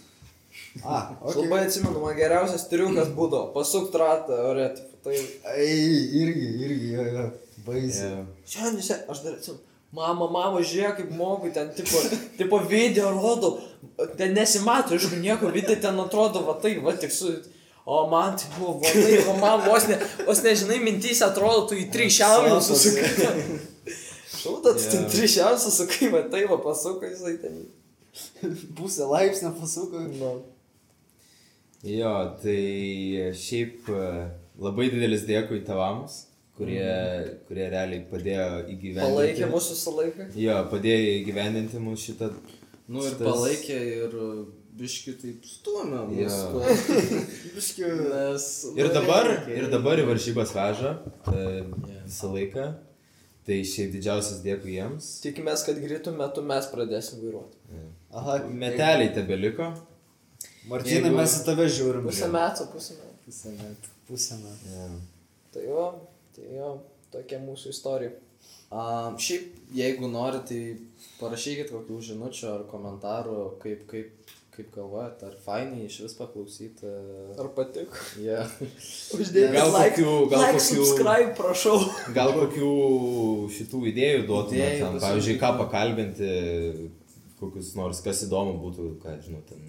A,
*laughs* Aš
okay.
labai atsimenu, man geriausias triukas būdavo pasuk ratą, ore, tipo, tai...
Ei, irgi, irgi, jo, jo. Baisiai. *laughs*
Jo.
Šiandien, šiandien, aš dar atsimenu. Mama, mama, žiūrėk, kaip moku, ten tipo, tipo video rodo, ten nesimato, aišku, nieko, video ten atrodo, va tai, va tik su... O man tai buvo, va tai, o man vos, ne, vos nežinai, mintys atrodo, tu į trys šiaurės
Sapnas,
susukai. Šaudat, tu ten
Jo.
trys šiaurės susukai, va tai, va pasukai, jisai ten...
Pusę laipsnio pasuko.
Nu.
Jo, tai šiaip e, labai didelis dėkui tavams, kurie,
Mhm.
kurie realiai padėjo įgyvendinti.
Palaikė mūsų visą laiką.
Jo, padėjo įgyvendinti mūsų šitą.
Nu ir
Tas-
palaikė ir biški taip stumė
Jo.
mus. Yeah.
Biškiu.
Nes...
*laughs* Ir dabar,
Palaikė.
ir dabar į varžybas veža e,
Jo.
visą laiką. Tai šiaip didžiausias dėkui jiems.
Tikimės, kad greitų metų mes pradėsim vairuoti.
Aha,
Meteliai tebeliko.
Martynai,
Jeigu-
mes į tave žiūrim.
Pusę metų, pusę metų.
Pusę metų.
Pusę metų.
Jo.
Tai jo, tai jo. tokia mūsų istorija.
Um, šiaip, jeigu norit, tai parašykit kokių žinučių ar komentarų, kaip, kaip, kaip galvojat, ar fainai iš vis e, paklausyti.
Ar patiko?
Yeah.
Uždėkit
Gal
like,
kokių- gal
like,
kokių-
subscribe, prašau.
Gal kokių šitų idėjų duotumėt
Idėjų
tam,
pasiūlymų.
pavyzdžiui, ką pakalbinti, kokius nors, kas įdomu būtų, ką žinau, ten.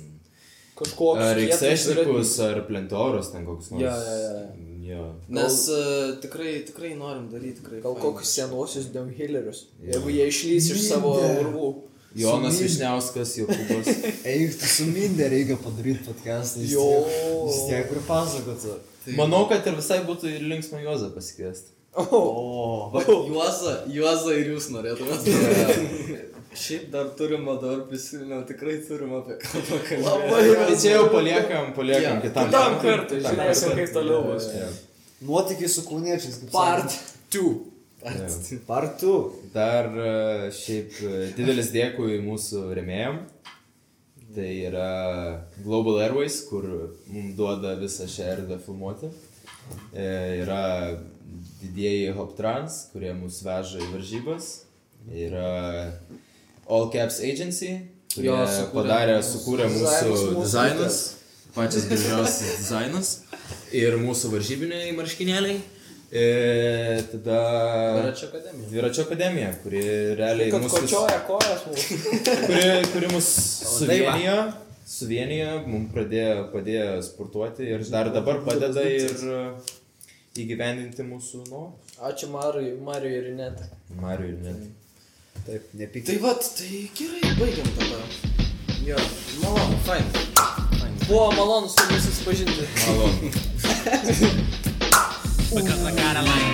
Kažkoks.
Ar
kietas
iksešnikus, ar plentorus ten kokius nors.
Jo, jo,
jo.
Nes uh, tikrai, tikrai norim daryti, tikrai.
Gal
faina.
kokius senuosius downhillerius,
Jo.
jeigu jie išlys iš savo
Mindė.
urvų.
Jonas
Sumyn-
Višniauskas, Jokubas.
*laughs*
Eik, tu su mindė reikia padaryti podcastą. jis
Jo.
tiek- Jis tiek pripasakotų.
Manau, kad ir visai būtų ir linksma Juozą pasikviesti.
O,
O.
Bet Juoza, Juoza ir jūs norėtumėte. *laughs* Šiaip dar turim, o dabar prisimenu, tikrai turim apie ką pakalbėti.
Labai
Tai čia jau paliekam,
Jo.
paliekam kitam.
Kitam kartui,
Kitam
žiūrėsim,
kartui.
kaip toliau bus.
Jo.
Nuotykiai su kauniečiais. kaip
Part
sakant.
2.
Jo.
Part 2.
Dar e, šiaip e, didelis dėkui mūsų remėjom. Tai yra Global Airways, kur mums duoda visą šią erdvę filmuoti. E, Yra didieji Hop Trans, kurie mus veža į varžybas. Yra All Caps Agency, kurie
Jo,
sukūrė,
sukūrė
padarė,
mūsų
sukūrė
dizainus,
mūsų
mūsų
dizainus, pačias *laughs* gražiausias dizainus ir mūsų varžybiniai marškinėliai. E, tada...
Dviračio akademija.
Dviračio akademija, kuri realiai
Kad
mus, vis,
kočioja kojas mūsų.
kuri, kuri mus
tai va.
suvienijo, suvienijo, mums pradėjo, padėjo sportuoti ir dar dabar padeda ir uh, įgyvendinti mūsų, nu,
Ačiū Mariui, Mariui ir net.
Mariu ir net.
Taip, nepykti.
Tai vad, tai gerai, baigiam tada. Jo, malonu, fain.
Buvo malonu su jumis susipažinti.
Malonu.
because I got a lane.